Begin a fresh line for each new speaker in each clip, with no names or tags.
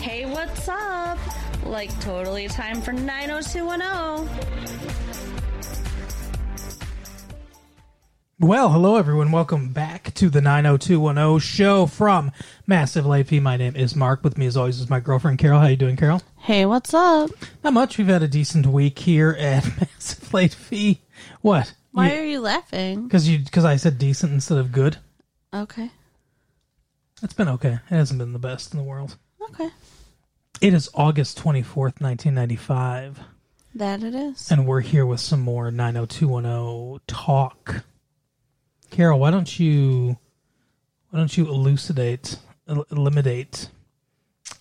Hey, what's up? Like, totally time for 90210.
Well, hello everyone. Welcome back to the 90210 show from Massive AP. My name is Mark. With me as always is my girlfriend Carol. How you doing, Carol?
Hey, what's up?
Not much. We've had a decent week here at Massive AP. What?
Why are you laughing?
Because you because I said decent instead of good.
Okay.
It's been okay. It hasn't been the best in the world.
Okay.
It is August 24th, 1995,
That it is.
and we're here with some more 90210 talk. Carol, why don't you why don't you elucidate el- eliminate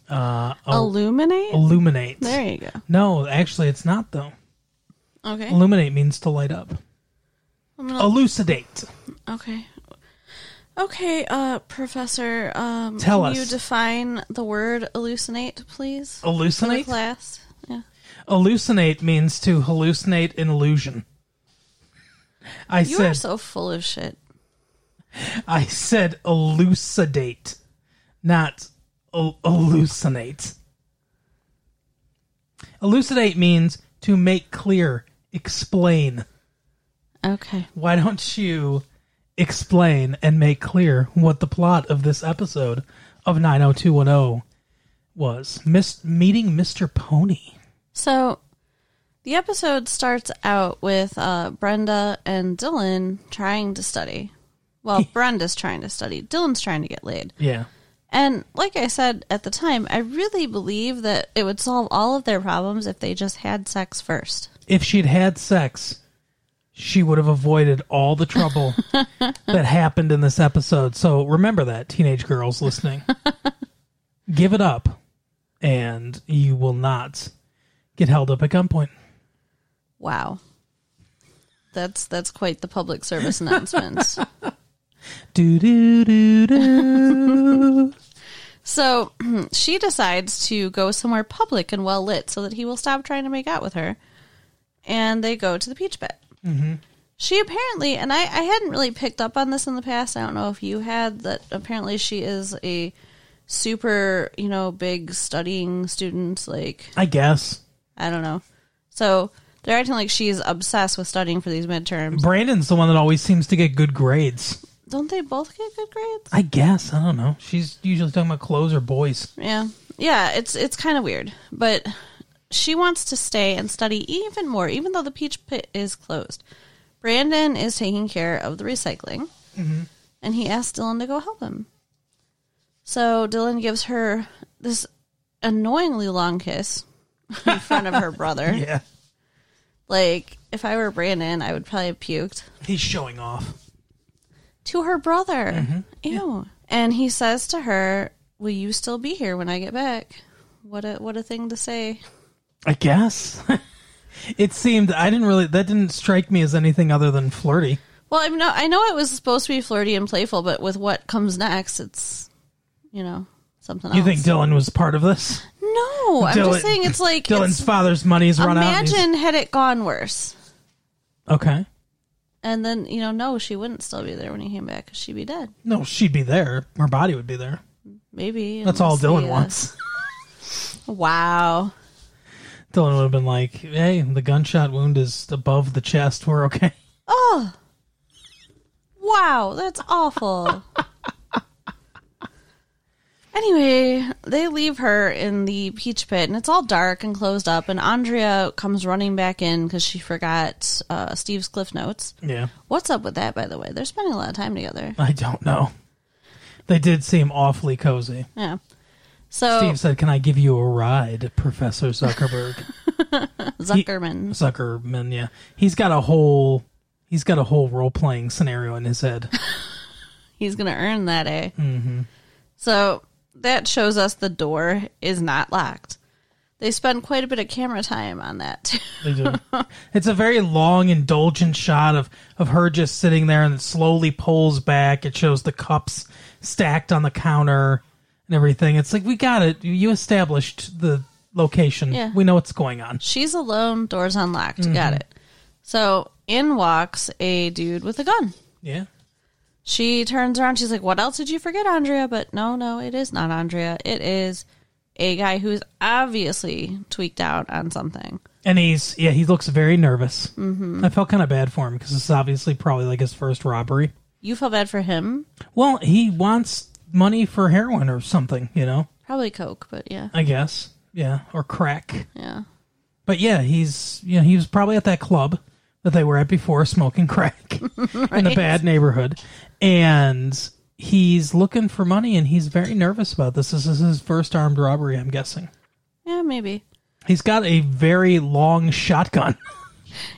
uh
Oh.
el-
Illuminate?
illuminate.
there you go.
No, actually it's not though.
Okay.
Illuminate means to light up.
I'm gonna-
Elucidate.
okay. Okay, uh, Professor, um,
Tell
can
us.
you define the word hallucinate, please? For the
Elucidate?
class? Yeah.
Elucidate means to hallucinate an illusion. I
You
said
are so full of shit.
I said elucidate, not el- hallucinate. Elucidate means to make clear, explain.
Okay.
Why don't you explain and make clear what the plot of this episode of 90210 was? Miss meeting Mr. Pony.
So the episode starts out with uh, Brenda and Dylan trying to study. Well, Brenda's trying to study, Dylan's trying to get laid.
Yeah.
And like I said at the time, I really believe that it would solve all of their problems if they just had sex first.
If she'd had sex, she would have avoided all the trouble that happened in this episode. So remember that, teenage girls listening. Give it up, and you will not get held up at gunpoint.
Wow. That's that's quite the public service announcement.
Do do do do.
so she decides to go somewhere public and well lit so that he will stop trying to make out with her. And they go to the peach pit. Mm-hmm. She apparently, and I, I hadn't really picked up on this in the past. I don't know if you had that. Apparently, she is a super, you know, big studying student. Like
I guess
I don't know. So they're acting like she's obsessed with studying for these midterms.
Brandon's the one that always seems to get good grades.
Don't they both get good grades?
I guess I don't know. She's usually talking about clothes or boys.
Yeah. Yeah, it's it's kind of weird, but she wants to stay and study even more even though the peach pit is closed. Brandon is taking care of the recycling. And he asks Dylan to go help him. So Dylan gives her this annoyingly long kiss in front of her brother.
Yeah,
Like if I were Brandon, I would probably have puked.
he's showing off.
to her brother. Ew. And he says to her, "Will you still be here when I get back?" What a what a thing to say.
I guess. it seemed I didn't really that didn't strike me as anything other than flirty.
Well, I know I know it was supposed to be flirty and playful, but with what comes next, it's you know something
You
else.
think Dylan was part of this?
No, I'm
Dylan-
just saying it's like
Dylan's
it's-
father's money's run out. and he's-
imagine had it gone worse,
Okay.
and then you know no, she wouldn't still be there when he came back 'cause she'd be dead.
No, she'd be there. Her body would be there.
Maybe
That's all
unless
Dylan
he, uh,
wants.
Wow.
Dylan would have been like, "Hey, the gunshot wound is above the chest. We're okay."
Oh. Wow, that's awful. anyway, they leave her in the peach pit, and it's all dark and closed up. And Andrea comes running back in because she forgot uh, Steve's cliff notes.
Yeah,
What's up with that, by the way? They're spending a lot of time together.
I don't know. They did seem awfully cozy.
Yeah. So
Steve said, "Can I give you a ride, Professor Zuckerberg?"
Zuckerman.
Zuckerman, yeah. He's got a whole he's got a whole role playing scenario in his head.
He's gonna earn that, eh? Mm-hmm. So that shows us the door is not locked. They spend quite a bit of camera time on that. too.
They do. it's a very long, indulgent shot of of her just sitting there, and it slowly pulls back. It shows the cups stacked on the counter and everything. It's like we got it. You- You established the location.
Yeah.
We know what's going on.
She's alone, doors unlocked. Got it. So in walks a dude with a gun.
Yeah.
She turns around. She's like, What else did you forget, Andrea? But no, no, it is not Andrea. It is a guy who's obviously tweaked out on something.
And he's yeah, he looks very nervous. Mm-hmm. I felt kind of bad for him because it's obviously probably like his first robbery.
You feel bad for him?
Well, he wants money for heroin or something, you know.
Probably coke, but yeah,
I guess yeah, or crack.
yeah.
But yeah, he's you know he was probably at that club that they were at before smoking crack in a bad neighborhood, and he's looking for money and he's very nervous about this. This is his first armed robbery, I'm guessing.
Yeah, maybe.
He's got a very long shotgun.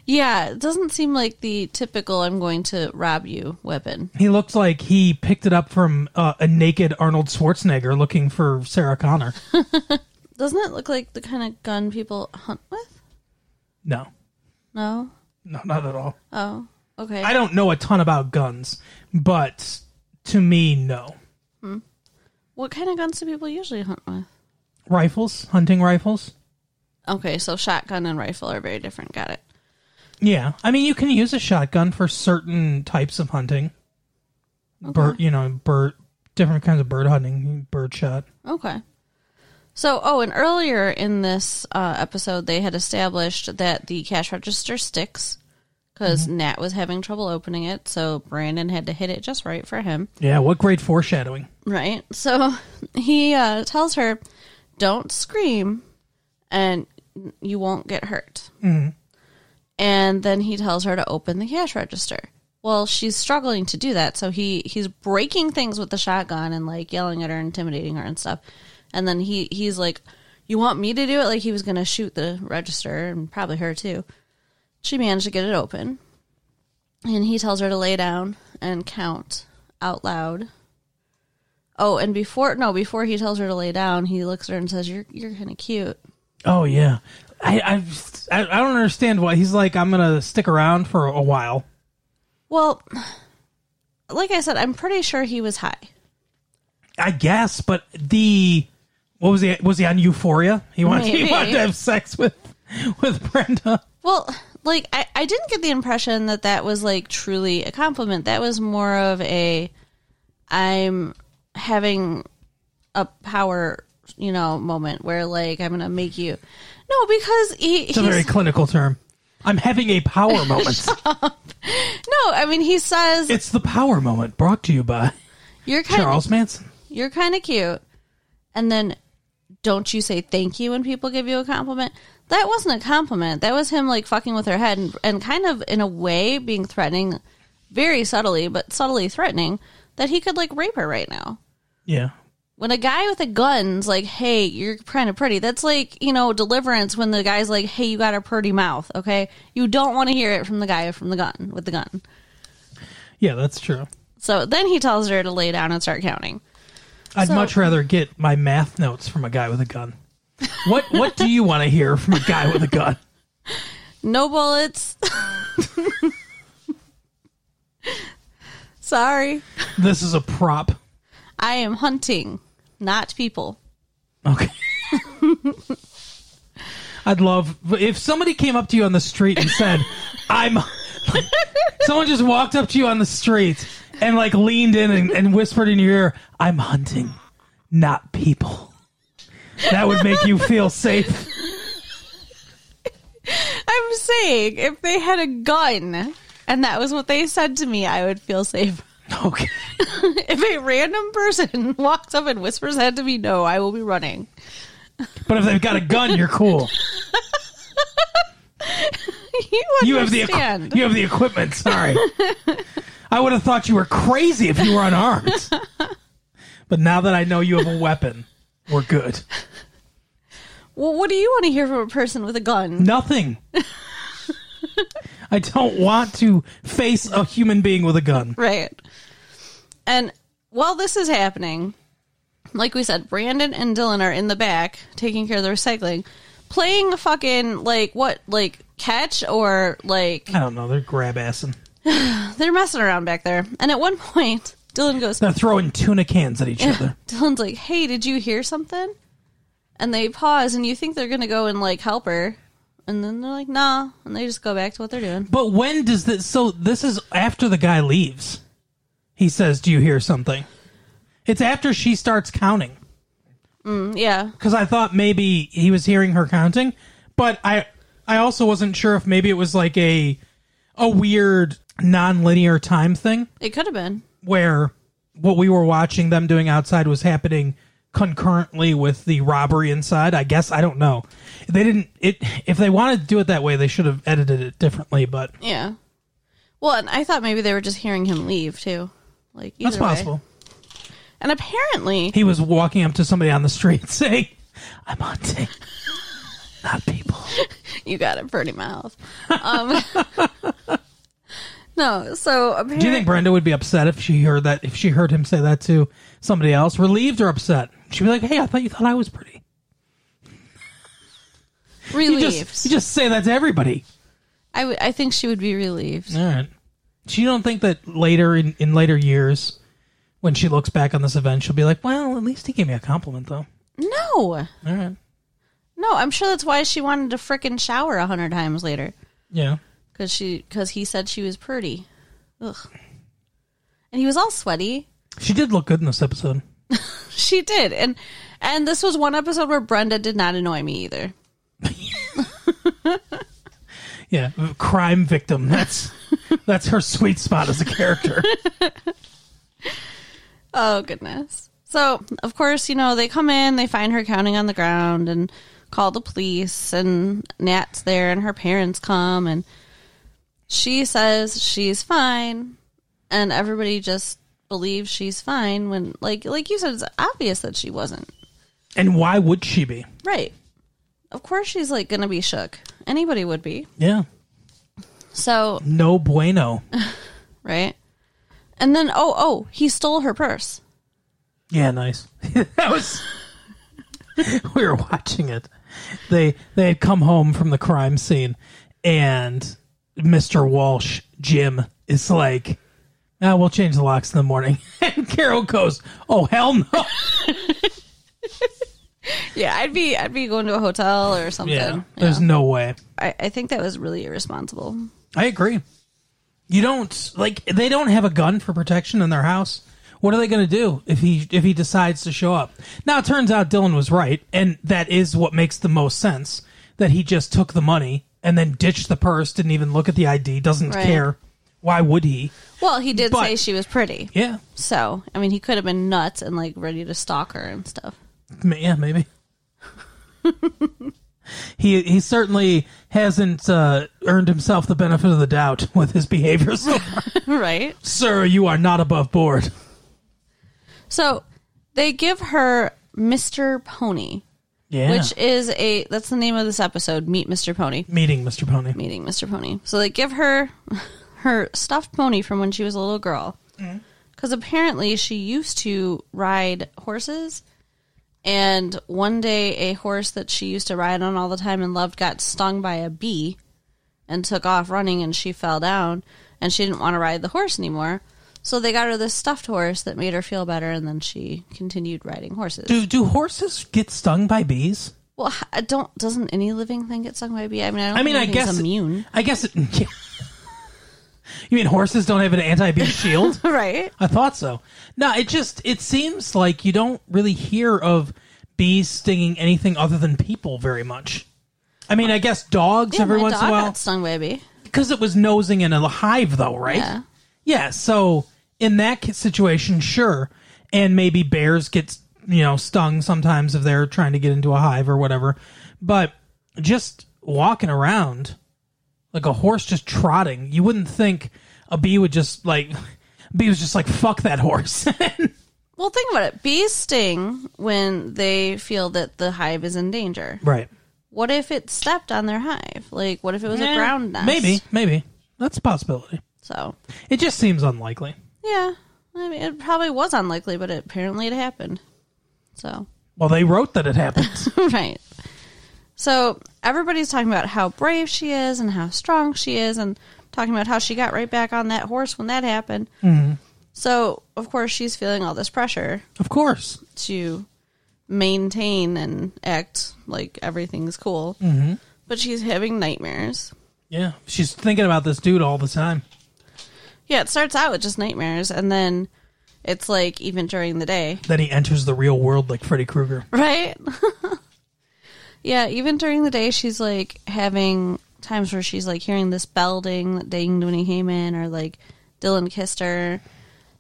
Yeah, it doesn't seem like the typical I'm going to rob you weapon.
He looked like he picked it up from uh, a naked Arnold Schwarzenegger looking for Sarah Connor.
Doesn't it look like the kind of gun people hunt with?
No,
No?
no, not at all.
Oh, okay.
I don't know a ton about guns, but to me, no.
what kind of guns do people usually hunt with?
Rifles, hunting rifles.
Okay, so shotgun and rifle are very different. Got it.
Yeah, I mean you can use a shotgun for certain types of hunting. Bird, you know, bird, different kinds of bird hunting, bird shot.
Okay. So, oh, and earlier in this uh, episode, they had established that the cash register sticks because Nat was having trouble opening it, so Brandon had to hit it just right for him.
Yeah, what great foreshadowing.
Right. So he uh, tells her, "Don't scream, and you won't get hurt." And then he tells her to open the cash register. Well, she's struggling to do that, so he he's breaking things with the shotgun and like yelling at her, intimidating her, and stuff. And then he he's like, "You want me to do it?" Like he was going to shoot the register and probably her too. She managed to get it open, and he tells her to lay down and count out loud Oh, and before no, before he tells her to lay down, he looks at her and says, "You're you're kind of cute."
Oh yeah, I I I I don't understand why he's like I'm gonna stick around for a while.
Well, like I said, I'm pretty sure he was high.
I guess, but the what was he was he on Euphoria? He wanted
Maybe.
he wanted to have sex with with Brenda.
Well, like I I didn't get the impression that that was like truly a compliment. That was more of a I'm having a power, you know, moment where like I'm gonna make you. No, because he
It's a
he's-
very clinical term. I'm having a power moment.
no, I mean he says
it's the power moment brought to you by
you're kind of
Charles Manson.
you're kind of cute. And then don't you say thank you when people give you a compliment? That wasn't a compliment. That was him like fucking with her head and, and kind of in a way being threatening, very subtly, but subtly threatening that he could like rape her right now.
Yeah.
When a guy with a gun's like, hey, you're kind of pretty, that's like, you know, deliverance when the guy's like, hey, you got a pretty mouth, okay? You don't want to hear it from the guy from the gun with the gun.
Yeah, that's true.
So then he tells her to lay down and start counting.
I'd
So-
much rather get my math notes from a guy with a gun. What what do you want to hear from a guy with a gun?
No bullets. Sorry.
This is a prop.
I am hunting, not people.
Okay. I'd love if somebody came up to you on the street and said, "I'm." Someone just walked up to you on the street and like leaned in and, and whispered in your ear, "I'm hunting, not people." That would make you feel safe.
I'm saying if they had a gun and that was what they said to me, I would feel safe.
Okay.
if a random person walks up and whispers that to me, no, I will be running.
But if they've got a gun, you're cool.
you
You have the
understand.
equi- you have the equipment. Sorry, I would have thought you were crazy if you were unarmed. But now that I know you have a weapon, we're good.
well, what do you want to hear from a person with a gun?
Nothing. I don't want to face a human being with a gun.
Right. And while this is happening, like we said, Brandon and Dylan are in the back taking care of the recycling, playing fucking like what like catch or like
I don't know. They're grab assing.
they're messing around back there. And at one point, Dylan goes
They're throwing tuna cans at each other.
Dylan's like, "Hey, did you hear something?" And they pause and you think they're going to go and like help her. And then they're like, "Nah." And they just go back to what they're doing.
But when does this? So this is after the guy leaves. He says, "Do you hear something?" It's after she starts counting.
Mm, yeah.
because I thought maybe he was hearing her counting, but I I also wasn't sure if maybe it was like a a weird non-linear time thing
It could have been.
where what we were watching them doing outside was happening concurrently with the robbery inside. I guess I don't know. They didn't it if they wanted to do it that way, they should have edited it differently, but
Yeah. Well, and I thought maybe they were just hearing him leave too. Like
that's
either way.
possible.
And apparently,
He was walking up to somebody on the street saying, "I'm hunting." Not people.
you got a pretty mouth. Um, no, so apparently,
Do you think Brenda would be upset if she heard that? If she heard him say that to somebody else, relieved or upset, she'd be like, "Hey, I thought you thought I was pretty." You
relieved.
just, you just say that to everybody.
I, w- I think she would be relieved.
All right. She don't think that later in, in later years, when she looks back on this event, she'll be like, "Well, at least he gave me a compliment, though."
No,
All right.
no, I'm sure that's why she wanted to frickin' shower a hundred times later
Yeah.
because she because he said she was pretty. Ugh. And he was all sweaty.
She did look good in this episode.
She did, and and this was one episode where Brenda did not annoy me either.
Yeah, crime victim. That's that's her sweet spot as a character.
Oh goodness. So, of course, you know, they come in, they find her counting on the ground and call the police and Nat's there and her parents come and she says she's fine and everybody just believes she's fine when like like you said it's obvious that she wasn't.
And why would she be?
Right. Of course she's like going to be shook. Anybody would be.
Yeah.
So,
No bueno.
right? And then oh oh, he stole her purse.
Yeah, nice. that was. we were watching it. They they had come home from the crime scene, and Mister Walsh Jim is like, "Ah, we'll change the locks in the morning." and Carol goes, "Oh hell no!"
Yeah, I'd be I'd be going to a hotel or something.
there's no way.
I, I think that was really irresponsible.
I agree. You don't like they don't have a gun for protection in their house. What are they going to do if he if he decides to show up? Now it turns out Dylan was right, and that is what makes the most sense. That he just took the money and then ditched the purse, didn't even look at the ID, doesn't
Right.
care. Why would he?
Well, he did
But-
say she was pretty.
Yeah,
So, I mean, he could have been nuts and like ready to stalk her and stuff.
M- yeah, maybe. he he certainly hasn't uh, earned himself the benefit of the doubt with his behavior. So, far.
right?
sir, you are not above board.
So, they give her Mr. Pony,
Yeah,
which is a that's the name of this episode, Meet Mr. Pony.
meeting Mr. Pony.
Meeting Mr. Pony. So, they give her her stuffed pony from when she was a little girl.
Mm-hmm.
Cuz apparently she used to ride horses. And one day, a horse that she used to ride on all the time and loved got stung by a bee and took off running, and she fell down, and she didn't want to ride the horse anymore. So they got her this stuffed horse that made her feel better, and then she continued riding horses.
Do do horses get stung by bees?
Well, h- I don't doesn't any living thing get stung by a bee? I mean, I don't.
I mean,
think
I
anything's
guess
immune,
I guess. It, You mean horses don't have an anti-bee shield?
right?
I thought so. No, it just it seems like you don't really hear of bees stinging anything other than people very much. I mean, I guess dogs
Yeah,
every
my
once
dog
in a while
got stung by a bee.
because it was nosing in a hive though, right?
Yeah.
Yeah, so in that ca- situation, sure. And maybe bears get, you know, stung sometimes if they're trying to get into a hive or whatever. But just walking around like a horse just trotting, you wouldn't think a bee would just like bee was just like fuck that horse.
Well, think about it. Bees sting when they feel that the hive is in danger.
right.
What if it stepped on their hive? Like, what if it was a ground nest?
Maybe, maybe. That's a possibility.
So,
It just seems unlikely.
yeah. I mean, it probably was unlikely, but it, apparently it happened. So,
Well, they wrote that it happened.
right. So, everybody's talking about how brave she is and how strong she is and talking about how she got right back on that horse when that happened.
Mm-hmm.
So, of course, she's feeling all this pressure
of course.
to maintain and act like everything's cool. Mm-hmm. But she's having nightmares.
Yeah. She's thinking about this dude all the time.
Yeah, it starts out with just nightmares, and then It's like even during the day,
Then he enters the real world like Freddy Krueger.
right? yeah, even during the day, she's like having times where she's like hearing this bell ding, ding Dooney Heyman, or like Dylan kissed her,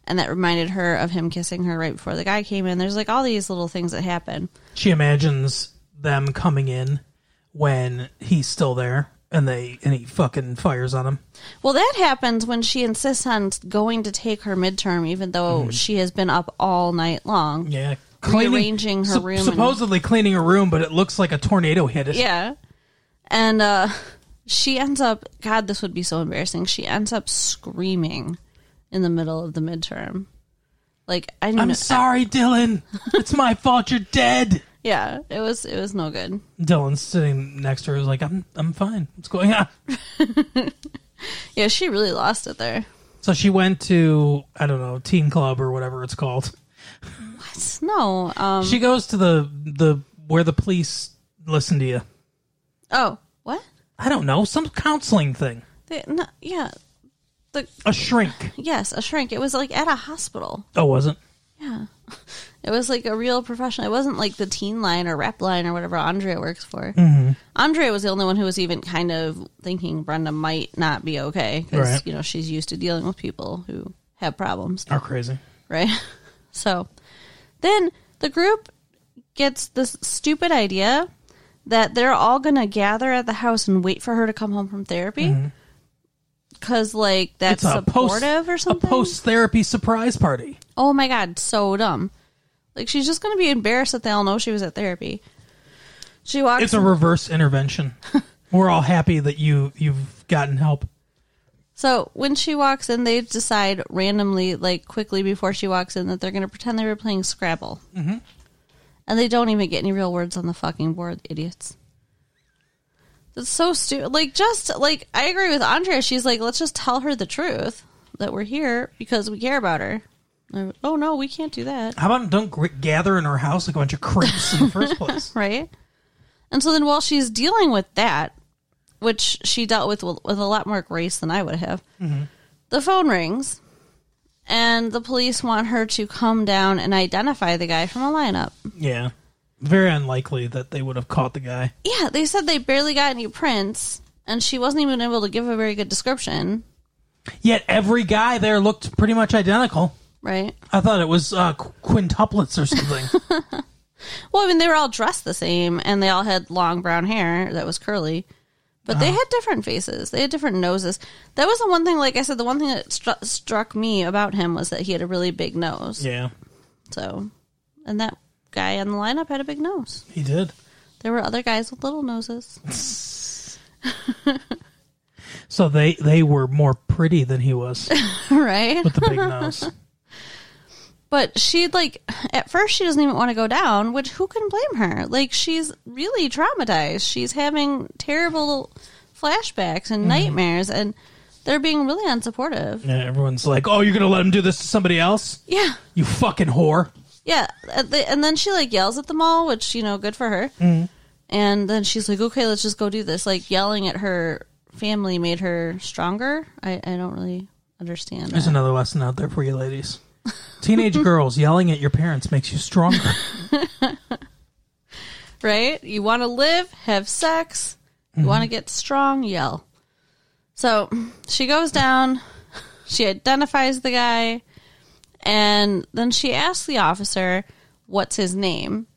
and that reminded her of him kissing her right before the guy came in. There's like all these little things that happen.
She imagines them coming in when he's still there, and they and he fucking fires on him.
Well, that happens when she insists on going to take her midterm, even though she has been up all night long.
Yeah,
Rearranging her room and-
supposedly cleaning her room, but it looks like a tornado hit it.
Yeah. And uh, she ends up, God, this would be so embarrassing. She ends up screaming in the middle of the midterm. Like, I don't
I'm
know.
sorry, Dylan. It's my fault. You're dead.
Yeah, it was, it was no good.
Dylan's sitting next to her. Is like, I'm, I'm fine. What's going on?
Yeah, she really lost it there.
So she went to I don't know teen club or whatever it's called.
What? No. Um,
She goes to the the where the police listen to you.
oh, what?
I don't know some counseling thing.
They, no, yeah. The,
A shrink.
yes, a shrink. It was like at a hospital.
Oh, wasn't.
Yeah. It was like a real professional. It wasn't like the teen line or rap line or whatever Andrea works for. Mm-hmm. Andrea was the only one who was even kind of thinking Brenda might not be okay because,
Right.
you know, she's used to dealing with people who have problems,
Are Oh, crazy.
right? So then the group gets this stupid idea that they're all going to gather at the house and wait for her to come home from therapy.
Mm-hmm.
Because, like, that's supportive or something.
A post therapy surprise party.
Oh my god, so dumb. Like she's just gonna be embarrassed that they all know she was at therapy. She walks.
It's a reverse intervention. We're all happy that you you've gotten help.
so when she walks in, they decide randomly, like quickly before she walks in, that they're gonna pretend they were playing Scrabble, mm-hmm. and they don't even get any real words on the fucking board, idiots. That's so stupid. Like just like I agree with Andrea. She's like, let's just tell her the truth that we're here because we care about her. I- Oh no, we can't do that.
How about don't gr- gather in her house like a bunch of creeps in the first place?
right? And so then while she's dealing with that, which she dealt with with a lot more grace than I would have, the phone rings, and the police want her to come down and identify the guy from a lineup.
Yeah. Very unlikely that they would have caught the guy.
Yeah, they said they barely got any prints, and she wasn't even able to give a very good description,
Yet every guy there looked pretty much identical.
right?
I thought it was uh, qu- quintuplets or something.
Well, I mean, they were all dressed the same, and they all had long brown hair that was curly, but they
Uh-huh.
had different faces. They had different noses. That was the one thing. Like I said, the one thing that stru- struck me about him was that he had a really big nose.
yeah,
So, and that guy on the lineup had a big nose.
he did.
There were other guys with little noses.
So they they were more pretty than he was
right?
with the big nose.
But she like at first she doesn't even want to go down, which who can blame her? Like she's really traumatized. She's having terrible flashbacks
Mm-hmm.
and nightmares and they're being really unsupportive.
Yeah, everyone's like, "Oh, you're gonna let him do this to somebody else?
Yeah.
You fucking whore!"
Yeah. At the- And then she like yells at them all, which, you know, good for her. And then she's like, okay, let's just go do this. Like yelling at her family made her stronger. I, I don't really understand.
There's
that.
another lesson out there for you, ladies. Teenage girls yelling at your parents makes you stronger.
right? You want to live, have sex, you want to get strong, yell. So she goes down, she identifies the guy, and then she asks the officer, What's his name?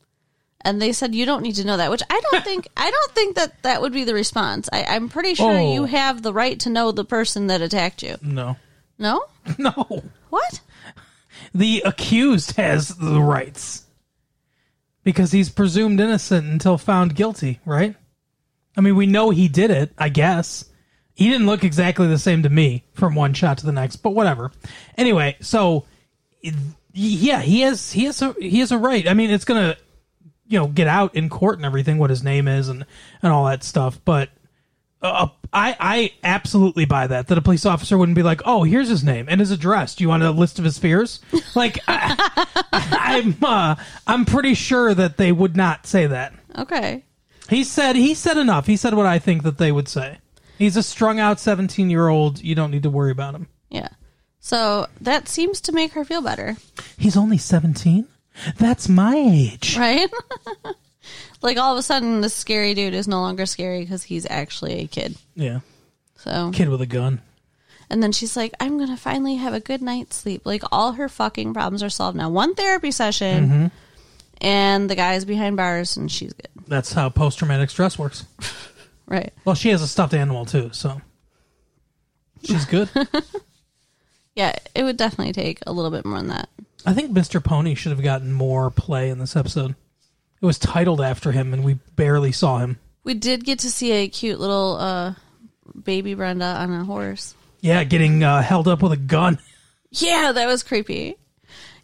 And they said you don't need to know that, which I don't think I don't think that that would be the response. I, I'm pretty sure
Oh.
you have the right to know the person that attacked you.
No,
No,
no.
what?
The accused has the rights because he's presumed innocent until found guilty, right? I mean, we know he did it, I guess. He didn't look exactly the same to me from one shot to the next, but whatever. Anyway, so it- yeah, he has he has a he has a right. I mean, it's going to you know, get out in court and everything what his name is and and all that stuff, but uh, I I absolutely buy that that a police officer wouldn't be like, oh, here's his name and his address. Do you want a list of his fears? Like, I, I'm uh, I'm pretty sure that they would not say that.
Okay,
He said he said enough. He said what I think that they would say. He's a strung out seventeen year old. You don't need to worry about him.
yeah. So that seems to make her feel better,
He's only 17? That's my age.
right? like all of a sudden, this scary dude is no longer scary because he's actually a kid.
Yeah.
So,
Kid with a gun.
and then she's like, I'm going to finally have a good night's sleep. Like all her fucking problems are solved now. One therapy session, and the guy's behind bars, and she's good.
That's how post traumatic stress works.
Right.
Well, she has a stuffed animal too, so she's good.
Yeah, it would definitely take a little bit more than that.
I think Mr. Pony should have gotten more play in this episode. It was titled after him, and we barely saw him.
We did get to see a cute little uh, baby Brenda on a horse.
Yeah, getting uh, held up with a gun.
Yeah, that was creepy.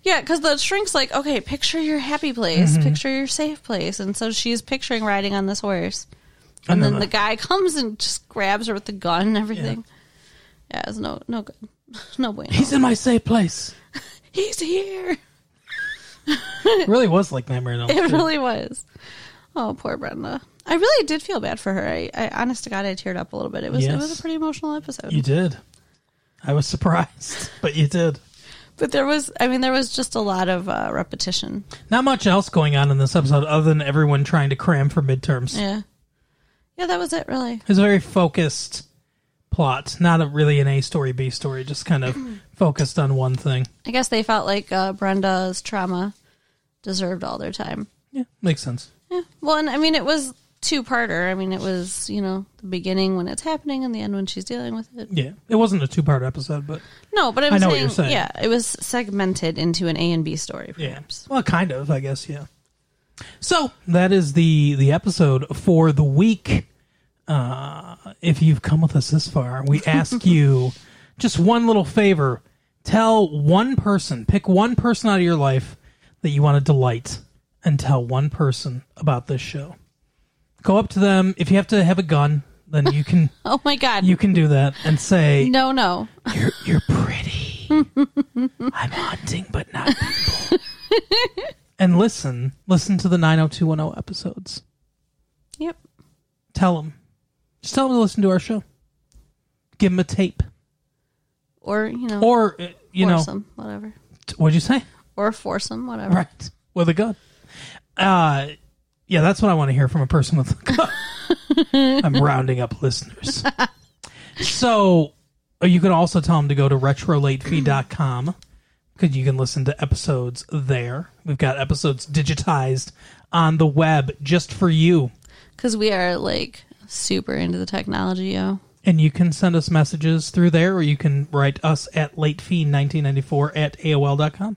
Yeah, because the shrink's like, okay, picture your happy place, picture your safe place. And so she's picturing riding on this horse. And,
And
then
then
the guy comes and just grabs her with the gun and everything. Yeah, it's no no good. No bueno.
He's in my safe place.
He's here.
It really was like Nightmare on Elm
It
Street.
really was. Oh, poor Brenda. I really did feel bad for her. I, I honest to God, I teared up a little bit. It was it
Yes.
was a pretty emotional episode.
You did. I was surprised, but you did.
But there was, I mean, there was just a lot of uh, repetition.
Not much else going on in this episode other than everyone trying to cram for midterms.
Yeah, yeah, that was it, really.
It's a very focused plot, not a, really an A story, B story, just kind of focused on one thing.
I guess they felt like uh, Brenda's trauma deserved all their time.
Yeah, makes sense.
Yeah. Well, and I mean, it was two parter. I mean, it was you know the beginning when it's happening and the end when she's dealing with it.
Yeah, it wasn't a two part episode, but
No, but I'm
I know what
saying,
you're saying.
yeah, it was segmented into an A and B story,
yeah,
perhaps.
well, kind of, I guess. Yeah. So that is the the episode for the week. Uh, if you've come with us this far, we ask you just one little favor: tell one person, pick one person out of your life that you want to delight, and tell one person about this show. Go up to them. If you have to have a gun, then you can
Oh my God!
you can do that and say
no, no,
You're you're pretty. I'm hunting, but not people. and listen, listen to the 90210 episodes.
yep,
Tell them, just tell them to listen to our show. Give them a tape,
or you know,
or uh, you know,
foursome, whatever,
t- what'd you say?
or foursome, whatever.
Right with a gun. Uh, yeah, that's what I want to hear from a person with a gun. I'm rounding up listeners. so uh, you can also tell them to go to retrolatefeed.com because you can listen to episodes there. We've got episodes digitized on the web just for you.
Because we are like super into the technology, yo.
And you can send us messages through there, or you can write us at latefeed1994 at AOL.com.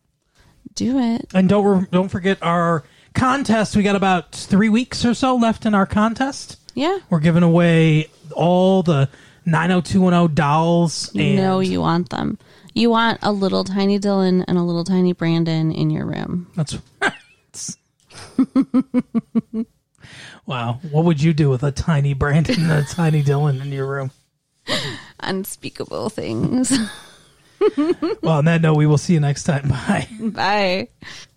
Do it.
And don't re- don't forget our contest. We got about three weeks or so left in our contest.
Yeah.
We're giving away all the 90210 dolls.
You
And
know you want them. You want a little tiny Dylan and a little tiny Brandon in your room.
That's right. wow. What would you do with a tiny Brandon and a tiny Dylan in your room?
Unspeakable things.
Well, on that note, we will see you next time. Bye.
Bye.